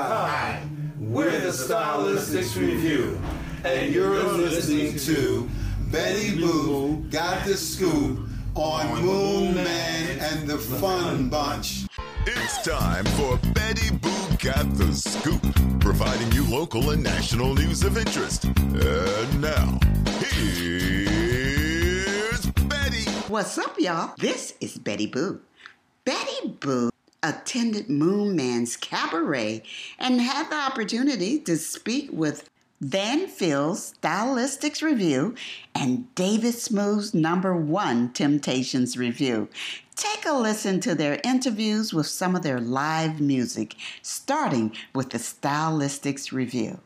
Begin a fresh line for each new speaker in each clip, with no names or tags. Hi, we're the Stylistics Review, and you're listening to Betty Boo Got the Scoop on Moon Man and the Fun Bunch.
It's time for Betty Boo Got the Scoop, providing you local and national news of interest. And now, here's Betty.
What's up, y'all? This is Betty Boo. Betty Boo attended Moon Man's cabaret and had the opportunity to speak with Van Phil's Stylistics Review and David Smooth's number one Temptations Review. Take a listen to their interviews with some of their live music, starting with the Stylistics Review.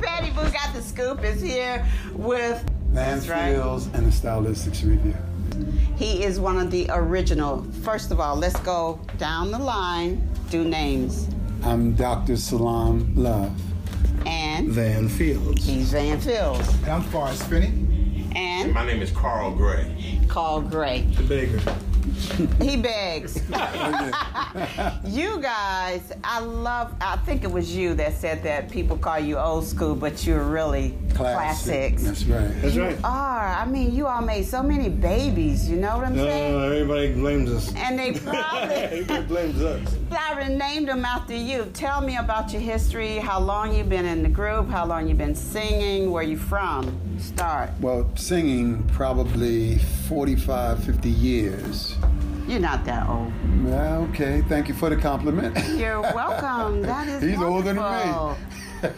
Betty Boo Got the Scoop is here with That's right.
Mansfields and the Stylistics Review.
He is one of the original. First of all, let's go down the line, do names.
I'm Dr. Salam Love.
And
Van Fields.
he's Van Fields.
And I'm Forrest Finney.
And
My name is Carl Gray.
Carl Gray.
The beggar.
He begs. you guys, I love, I think it was you that said that people call you old school, but you're really classics.
That's right.
That's right.
Are. I mean, you all made so many babies, you know what I'm saying?
Uh, everybody blames us.
and they probably
everybody blames us.
probably named them after you. Tell me about your history, how long you've been in the group, how long you've been singing, where you from. Start.
Well, singing probably 45, 50 years.
You're not that old.
Well, okay, thank you for the compliment.
You're welcome. That is
He's older than me.
wonderful.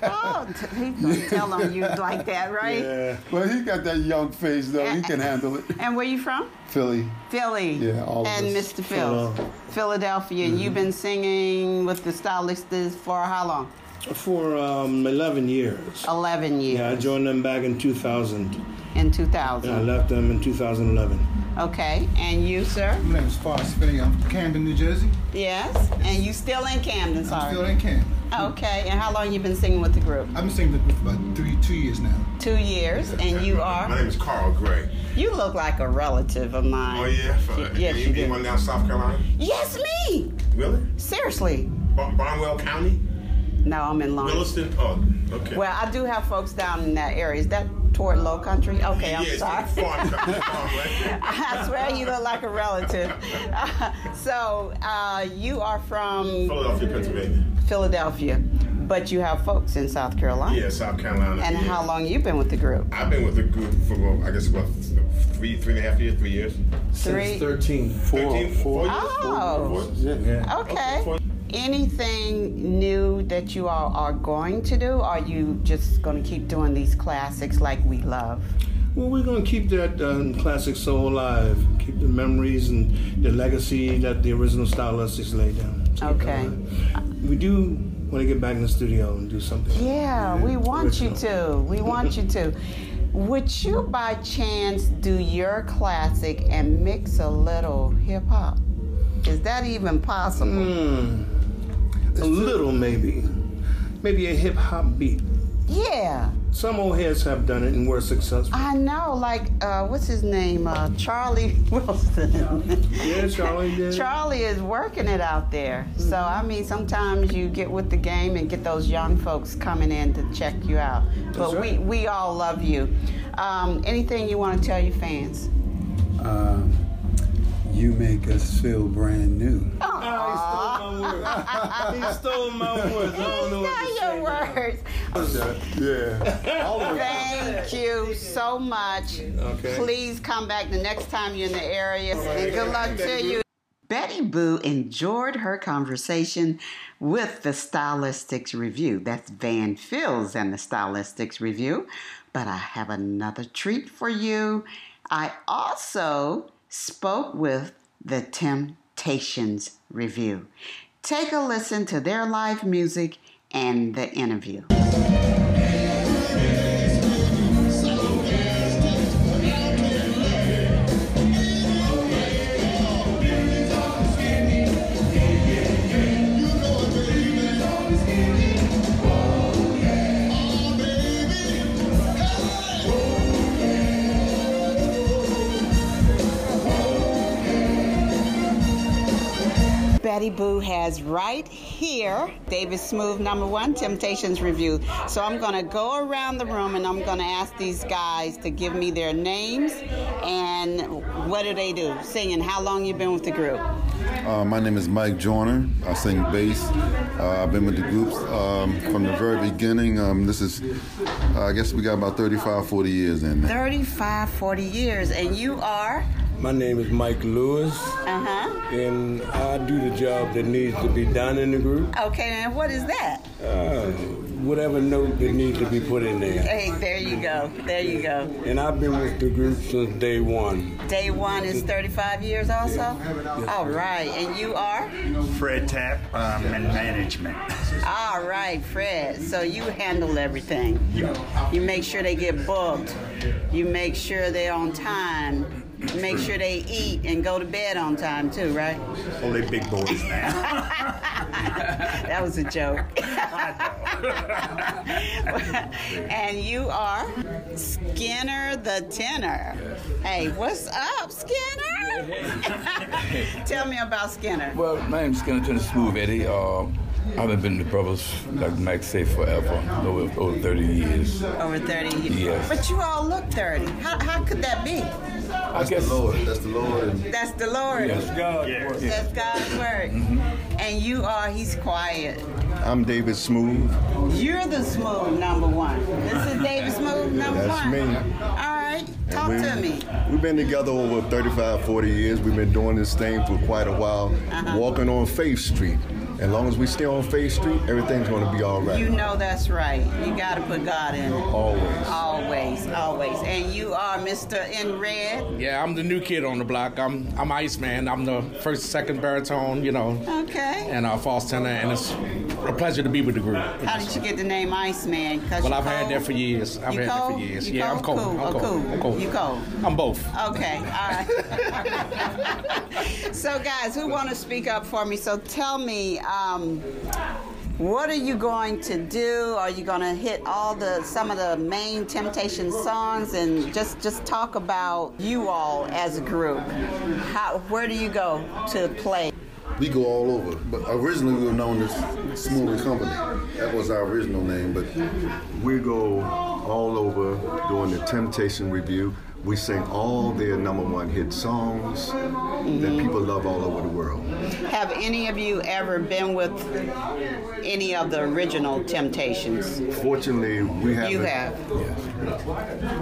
oh, t- he gonna tell on you like that, right?
Yeah.
Well, he got that young face, though. He can handle it.
And where you from?
Philly.
Philly.
Yeah, all of
And
us.
Mr. Phil, Philadelphia. You've been singing with the Stylistics for how long?
For um, 11 years.
Eleven years.
Yeah, I joined them back in 2000.
in
And I
2000.
left them in 2011.
Okay, and you, sir?
My name is Forrest Finney. I'm from Camden, New Jersey.
Yes, and you still in Camden,
I'm
sorry.
still in Camden.
okay, and how long you been singing with the group?
I've been singing with them for about three, two years now.
Two years, and you
My
are.
name is Carl Gray.
You look like a relative of mine.
Oh yeah, for,
Yes, you do.
anyone down South Carolina?
Yes, me.
Really?
Seriously.
Bon- Bonwell County,
No, I'm in Long.
Williston. Oh, okay.
Well, I do have folks down in that area. Is that toward Low Country? Okay, I'm
yeah, it's
sorry.
farm country, farm land.
I swear you look like a relative. so uh, you are from
Philadelphia, Pennsylvania.
Philadelphia, but you have folks in South Carolina.
Yeah, South Carolina.
And
yeah.
how long you been with the group?
I've been with the group for well, I guess what three, three and a half years, three years.
Three.
Since 13.
Four,
13,
four.
four years.
Oh.
Four years.
Yeah.
Yeah.
Okay.
four-
Anything new that you all are going to do? Are you just going to keep doing these classics like we love?
Well, we're going to keep that um, classic soul alive. Keep the memories and the legacy that the original stylistics laid down. Keep that
Okay.
alive. We do want to get back in the studio and do something.
Yeah, we want you to. We want you to. Would you by chance do your classic and mix a little hip hop? Is that even possible?
A little, maybe. Maybe a hip hop beat.
Yeah,
Some old heads have done it and were successful.
I know. Like, uh, what's his name? Uh, Charlie Wilson.
Yeah, Charlie did.
Charlie is working it out there. So, I mean, sometimes you get with the game and get those young folks coming in to check you out. But we,
right.
we all love you. Um, anything you want to tell your fans?
Um, you make us feel brand new.
Ah, he stole my words. He stole my words. I don't know what to
Say
say
your
now.
words.
Yeah. All of it.
Thank you so much.
Okay.
Please come back the next time you're in the area. And good luck to you. Betty Boo enjoyed her conversation with the Stylistics Review. That's Van Fields and the Stylistics Review. But I have another treat for you. I also spoke with the Temptations Review. Take a listen to their live music and the interview. Betty Boo has right here David Smooth number one Temptations review. So I'm going to go around the room and I'm going to ask these guys to give me their names and what do they do? Singing. How long you been with the group?
Uh, my name is Mike Joyner. I sing bass. Uh, I've been with the groups um, from the very beginning. Um, this is, uh, I guess we got about 35, 40 years in.
35, 40 years, and you are.
My name is Mike Lewis,
Uh huh.
and I do the job that needs to be done in the group.
Okay, and what is that?
Uh, whatever note that needs to be put in there.
Hey, there you go. There you go.
And I've been with the group since day one.
Day one is 35 years also? All right. And you are?
Fred Tapp um, in management.
All right, Fred. So you handle everything. You make sure they get booked. You make sure they're on time. You Make sure they eat and go to bed on time too, right?
Well, they big boys now.
That was a joke. and you are Skinner the tenor. Hey, what's up, Skinner? Tell me about Skinner.
Well, Uh, my name's Skinner Turner Smooth Eddie. Uh, I've been with the brothers, like Max said, forever, over, over 30 years.
Over 30 years.
Yes.
But you all look 30. How, how could that be?
I guess.
Lord, that's the Lord.
That's the Lord.
God.
That's God's word.
Mm-hmm.
And you are, he's quiet.
I'm David Smooth.
You're the smooth number one. This is David Smooth number
That's
one.
me.
All right, talk
We-
to me.
We've been together over 35, 40 years. We've been doing this thing for quite a while,
Uh-huh.
walking on Faith Street. As long as we stay on Faith Street, everything's going to be all right.
You know that's right. You got to put God in it.
Always.
Always, always. And you are Mr. In Red.
Yeah, I'm the new kid on the block. I'm I'm Iceman. I'm the first, second baritone, you know,
Okay.
and uh, false tenor, and it's a pleasure to be with the group.
How did you get the name Iceman? Cause
Well,
you
I've had
cold?
that for years. I've
You
had that
cold?
for years.
You
yeah, I'm
cold?
cold.
Cool.
I'm
Oh,
cold.
cool.
I'm cold.
You cold.
I'm both.
Okay, all right. so, guys, who want to speak up for me? So, tell me, um, what are you going to do? Are you going to hit all the some of the main Temptation songs and just just talk about you all as a group? How where do you go to play?
We go all over. But originally we were known as Smooth and Company. That was our original name, but we go all over doing the Temptation Review. We sing all their number one hit songs that people love all over the world.
Have any of you ever been with any of the original Temptations?
Fortunately, we have.
You have.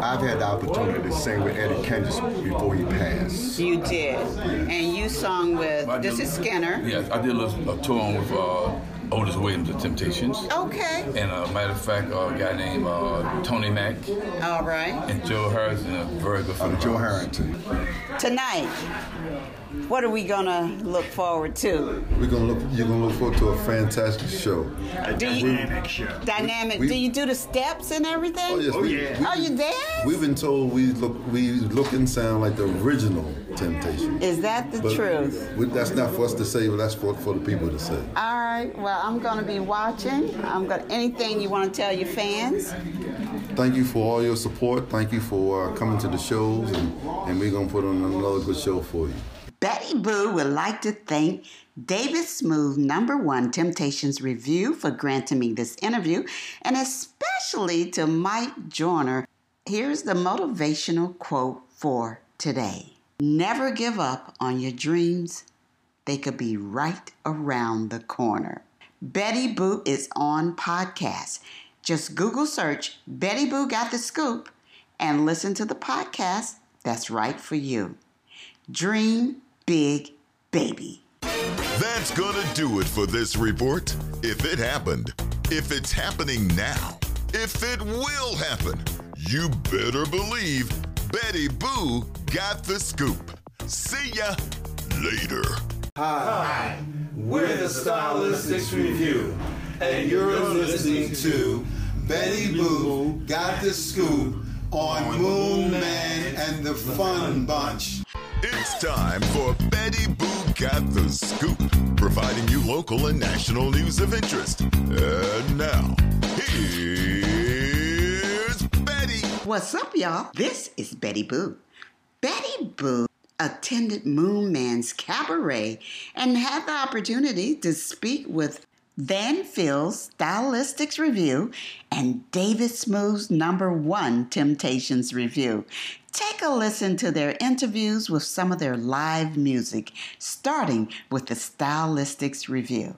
I've had the opportunity to sing with Eddie Kendricks before he passed.
You did, and you sung with.
I
This
do.
is Skinner.
Yes, I did a little a tour on with uh, Otis Williams, The Temptations.
Okay.
And uh, matter of fact, uh, a guy named uh, Tony Mack
All right.
and Joe Harris and a very good friend. of
Joe
ours.
Harrington.
Tonight, what are we gonna look forward to?
We're gonna look. You're gonna look forward to a fantastic show.
A
Do you-
dynamic show.
Dynamic.
We-
do you do the steps and everything?
Oh, yes,
Oh,
we-
yeah.
we-
Oh, you dance?
We've been told we look we look and sound like the original Temptation.
Is that the
But
truth?
we- that's not for us to say, but that's for, for the people to say.
All right. Well, I'm gonna be watching. I'm gonna. Anything you want to tell your fans?
Thank you for all your support. Thank you for uh, coming to the shows, and, and we're going to put on another good show for you.
Betty Boo would like to thank David Smooth, number one Temptations Review, for granting me this interview, and especially to Mike Joyner. Here's the motivational quote for today Never give up on your dreams, they could be right around the corner. Betty Boo is on podcast. Just Google search Betty Boo Got the Scoop and listen to the podcast that's right for you. Dream Big Baby.
That's gonna do it for this report. If it happened, if it's happening now, if it will happen, you better believe Betty Boo got the scoop. See ya later.
Hi. We're the Stylistics Review, and you're listening to Betty Boo Got the Scoop on Moon Man and the Fun Bunch.
It's time for Betty Boo Got the Scoop, providing you local and national news of interest. And now, here's Betty.
What's up, y'all? This is Betty Boo. Betty Boo attended Moon Man's cabaret and had the opportunity to speak with Van Phil's Stylistics Review and David Smooth's number one Temptations Review. Take a listen to their interviews with some of their live music, starting with the Stylistics Review.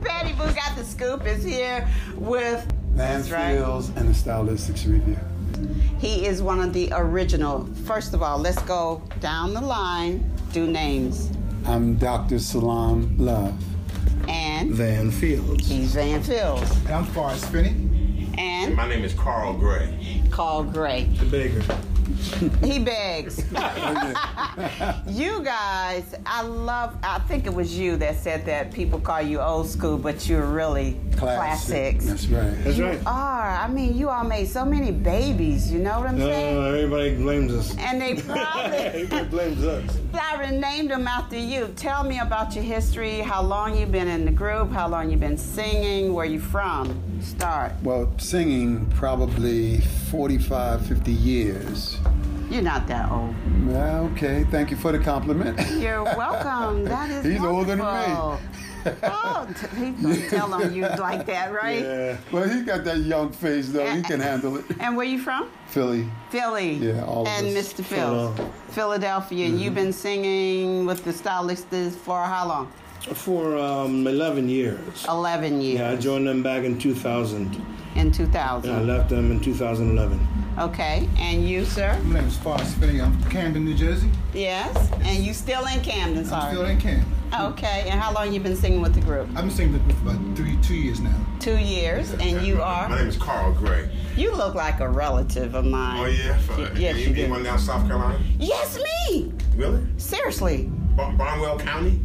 Betty Boo Got the Scoop is here with
Lance Fields and the Stylistics Review.
He is one of the original. First of all, let's go down the line, do names.
I'm Dr. Salam Love.
And
Van Fields.
He's Van Fields.
And I'm Forrest Finney.
And
My name is Carl Gray.
Carl Gray.
The beggar.
He begs. you guys, I love, I think it was you that said that people call you old school, but you're really classics.
That's right.
That's
you
right.
are. I mean, you all made so many babies, you know what I'm saying?
Uh, everybody blames us.
And they probably
everybody blames us.
I named them after you. Tell me about your history, how long you've been in the group, how long you've been singing, where you from. Start.
Well, singing probably 45, 50 years.
You're not that old.
Well, okay. Thank you for the compliment.
You're welcome. That is
He's older than me.
wonderful. oh, t- he's gonna tell on you like that, right?
Well, he got that young face, though. He can handle it.
And where you from?
Philly.
Philly.
Yeah, all of
And
us.
Mr. Phil.
Philadelphia. Mm-hmm.
Philadelphia. And You've been singing with the stylists for how long?
For um, 11 years.
11 years.
Oh, Yeah, I joined them back in 2000.
In 2000.
And I left them in 2011.
Okay. And you, sir?
My name is Forrest Finney. I'm from Camden, New Jersey.
Yes. And you still in Camden, sorry.
Still in Camden.
Okay. And how long you been singing with the group?
I've been singing with the group for about three, two years now.
Two years. And you are?
My name is Carl Gray.
You look like a relative of mine.
Oh yeah, for,
Y- Yes,
you,
you
you
do.
one down South Carolina.
Yes, me.
Really?
Seriously.
Bon- Bonwell County.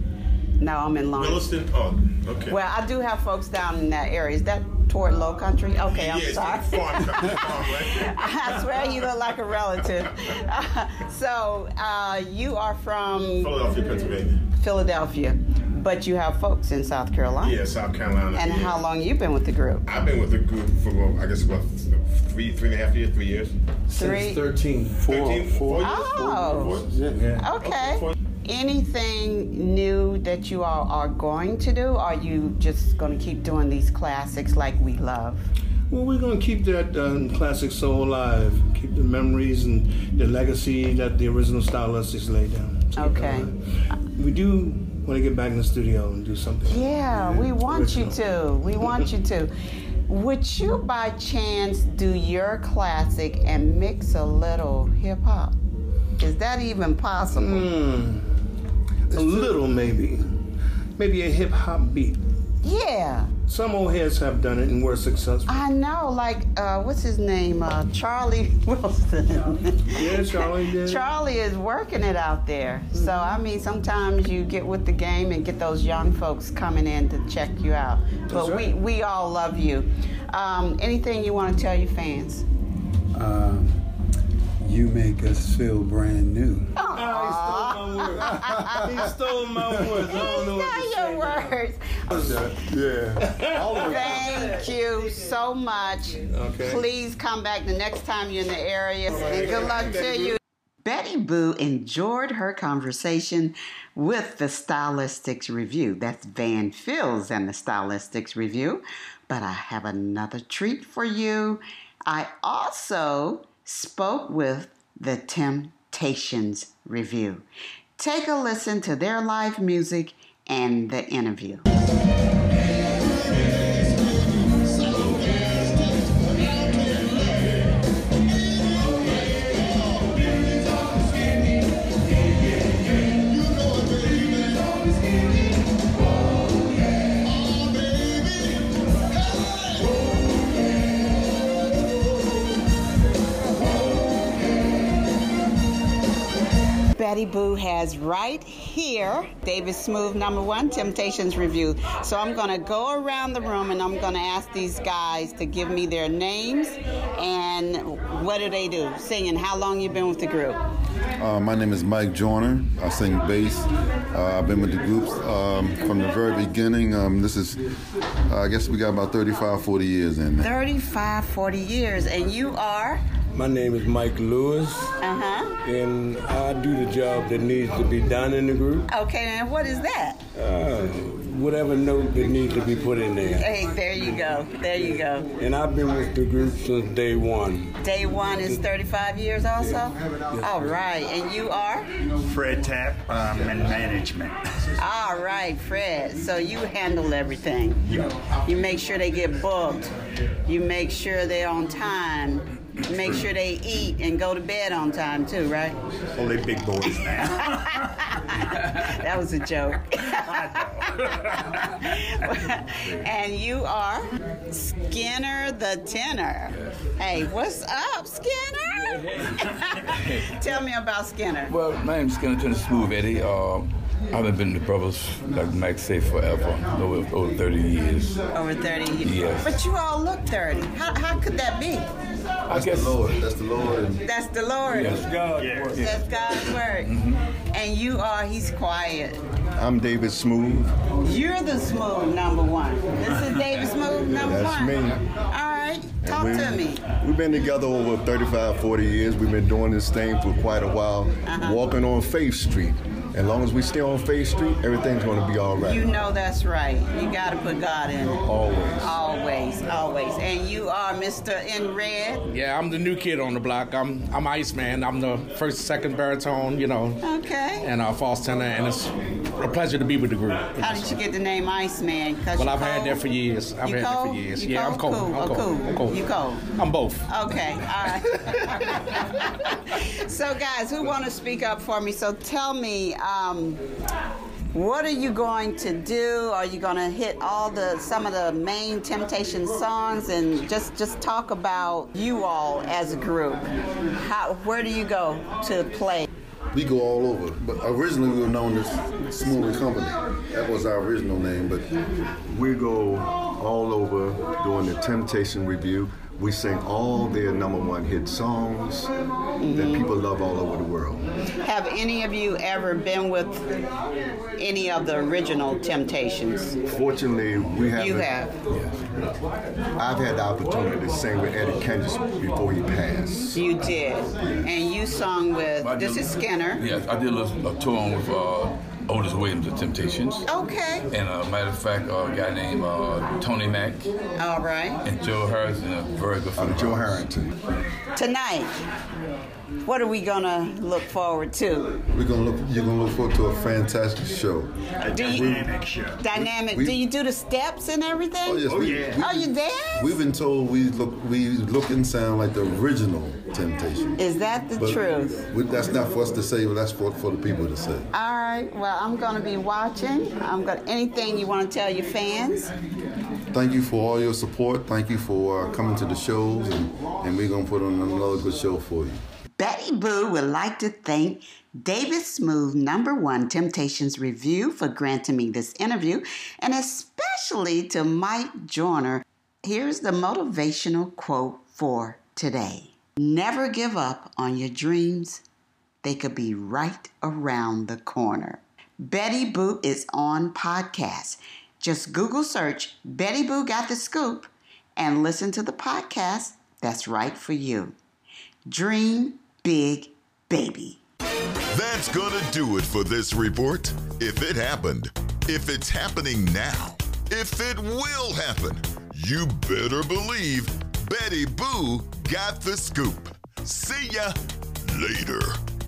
No, I'm in Lawrence.
Williston. Oh, okay.
Well, I do have folks down in that area. Is that toward Low Country? Okay, I'm
Yeah, it's
sorry.
farm country, farm
I swear you look like a relative. so uh, you are from
Philadelphia, Pennsylvania.
Philadelphia, but you have folks in South Carolina.
Yeah, South Carolina.
And
yeah.
how long you been with the group?
I've been with the group for well, I guess what three, three and a half years, three years.
Three.
13. Four.
13, four
Ah.
years.
Oh.
Four years.
Yeah.
Okay. Anything new that you all are going to do? Are you just going to keep doing these classics like we love?
Well, we're going to keep that um, classic soul alive, keep the memories and the legacy that the original stylistics laid down. uh,
Okay.
We do want to get back in the studio and do something.
Yeah, we want you to. We want you to. Would you by chance do your classic and mix a little hip hop? Is that even possible?
Hmm. A little, maybe. Maybe a hip hop beat.
Yeah,
Some old heads have done it and were successful.
I know. Like, uh, what's his name? Uh, Charlie Wilson.
Yeah, Charlie did.
Charlie is working it out there. So, I mean, sometimes you get with the game and get those young folks coming in to check you out. but we, we all love you. Um, anything you want to tell your fans?
Um, you make us feel brand new.
Ah, he stole my words. He stole my words. I don't know what to
Say your words.
Yeah. All of us.
Thank you so much.
Okay.
Please come back the next time you're in the area. And good luck to you. Betty Boo enjoyed her conversation with the Stylistics Review. That's Van Fields and the Stylistics Review. But I have another treat for you. I also spoke with the Temptations Review. Take a listen to their live music and the interview. Betty Boo has right here David Smooth number one Temptations review. So I'm going to go around the room and I'm going to ask these guys to give me their names and what do they do? Singing. How long you been with the group?
Uh, my name is Mike Joyner. I sing bass. Uh, I've been with the group um, from the very beginning. Um, this is, uh, I guess we got about 35, 40 years in there.
35, 40 years, and you are.
My name is Mike Lewis,
Uh
and I do the job that needs to be done in the group.
huh. Okay, and what is that?
Uh, whatever note that needs to be put in there.
Hey, there you go. There you go.
And I've been with the group since day one.
Day one is 35 years also? All right, and you are?
Fred Tapp um, and management.
All right, Fred. So you handle everything. You make sure they get booked. You make sure they're on time. You make sure they eat and go to bed on time too, right?
Well, they big boys now.
That was a joke. and you are Skinner the tenor. Hey, what's up, Skinner? Tell me about Skinner.
Well, my name's Skinner Turner Smooth Eddie. Uh, I've been the brothers, like Max say, forever, over, over 30 years.
Over 30 years.
Yes.
But you all look 30. How, how could that be?
I guess the Lord.
That's the Lord.
That's the Lord.
Yes,
God.
That's God's work.
Mm-hmm.
And you are, he's quiet.
I'm David Smooth.
You're the smooth number one. This is David Smooth number
That's
one.
me.
All right, talk
We-
to me.
We've been together over 35, 40 years. We've been doing this thing for quite a while, walking on Faith Street. As long as we stay on Faith Street, everything's going to be all right.
You know that's right. You got to put God in it.
Always.
Always, always. And you are Mr. In Red.
Yeah, I'm the new kid on the block. I'm I'm Iceman. I'm the first, second baritone, you know,
Okay.
and uh, false tenor, and it's a pleasure to be with the group.
How did you get the name Iceman? 'Cause
Well,
you
I've had
cold?
that for years. I've
You
had that
cold?
for years.
You
yeah, I'm
cold?
cold.
Cool.
I'm
Oh,
cold.
cool.
I'm cold.
You cold.
I'm both.
Okay, all right. so, guys, who want to speak up for me? So, tell me, um, what are you going to do? Are you going to hit all the some of the main Temptation songs and just just talk about you all as a group? How where do you go to play?
We go all over. But originally we were known as Smoothie Company. That was our original name, but we go all over doing the Temptation review. We sing all their number one hit songs
Mm-hmm.
that people love all over the world.
Have any of you ever been with any of the original Temptations?
Fortunately, we haven't.
You have.
I've had the opportunity to sing with Eddie Kendricks before he passed.
You did, and you sung with. This is Skinner.
Yes, I did a, little, a tour with uh, Otis Williams of Temptations.
Okay.
And uh, matter of fact, uh, a guy named uh, Tony Mack
All right.
and Joe Harris and a very good friend. Joe
Harrington.
Tonight, what are we gonna look forward to?
We're gonna look. You're gonna look forward to a fantastic show.
Do you- dynamic
show.
Dynamic.
We-
do you do the steps and everything?
Oh, yes, Oh, we- yeah. we-
oh, you dance?
We've been told we look. We look and sound like the original Temptation.
Is that the
But
truth?
we- that's not for us to say. But that's for, for the people to say.
All right. Well, I'm gonna be watching. I'm gonna. Anything you want to tell your fans?
Thank you for all your support. Thank you for uh, coming to the shows, and, and we're gonna put on another good show for you.
Betty Boo would like to thank David Smooth, number one Temptations Review, for granting me this interview, and especially to Mike Joyner. Here's the motivational quote for today Never give up on your dreams, they could be right around the corner. Betty Boo is on podcast. Just Google search Betty Boo Got the Scoop and listen to the podcast that's right for you. Dream big, baby.
That's gonna do it for this report. If it happened, if it's happening now, if it will happen, you better believe Betty Boo got the scoop. See ya later.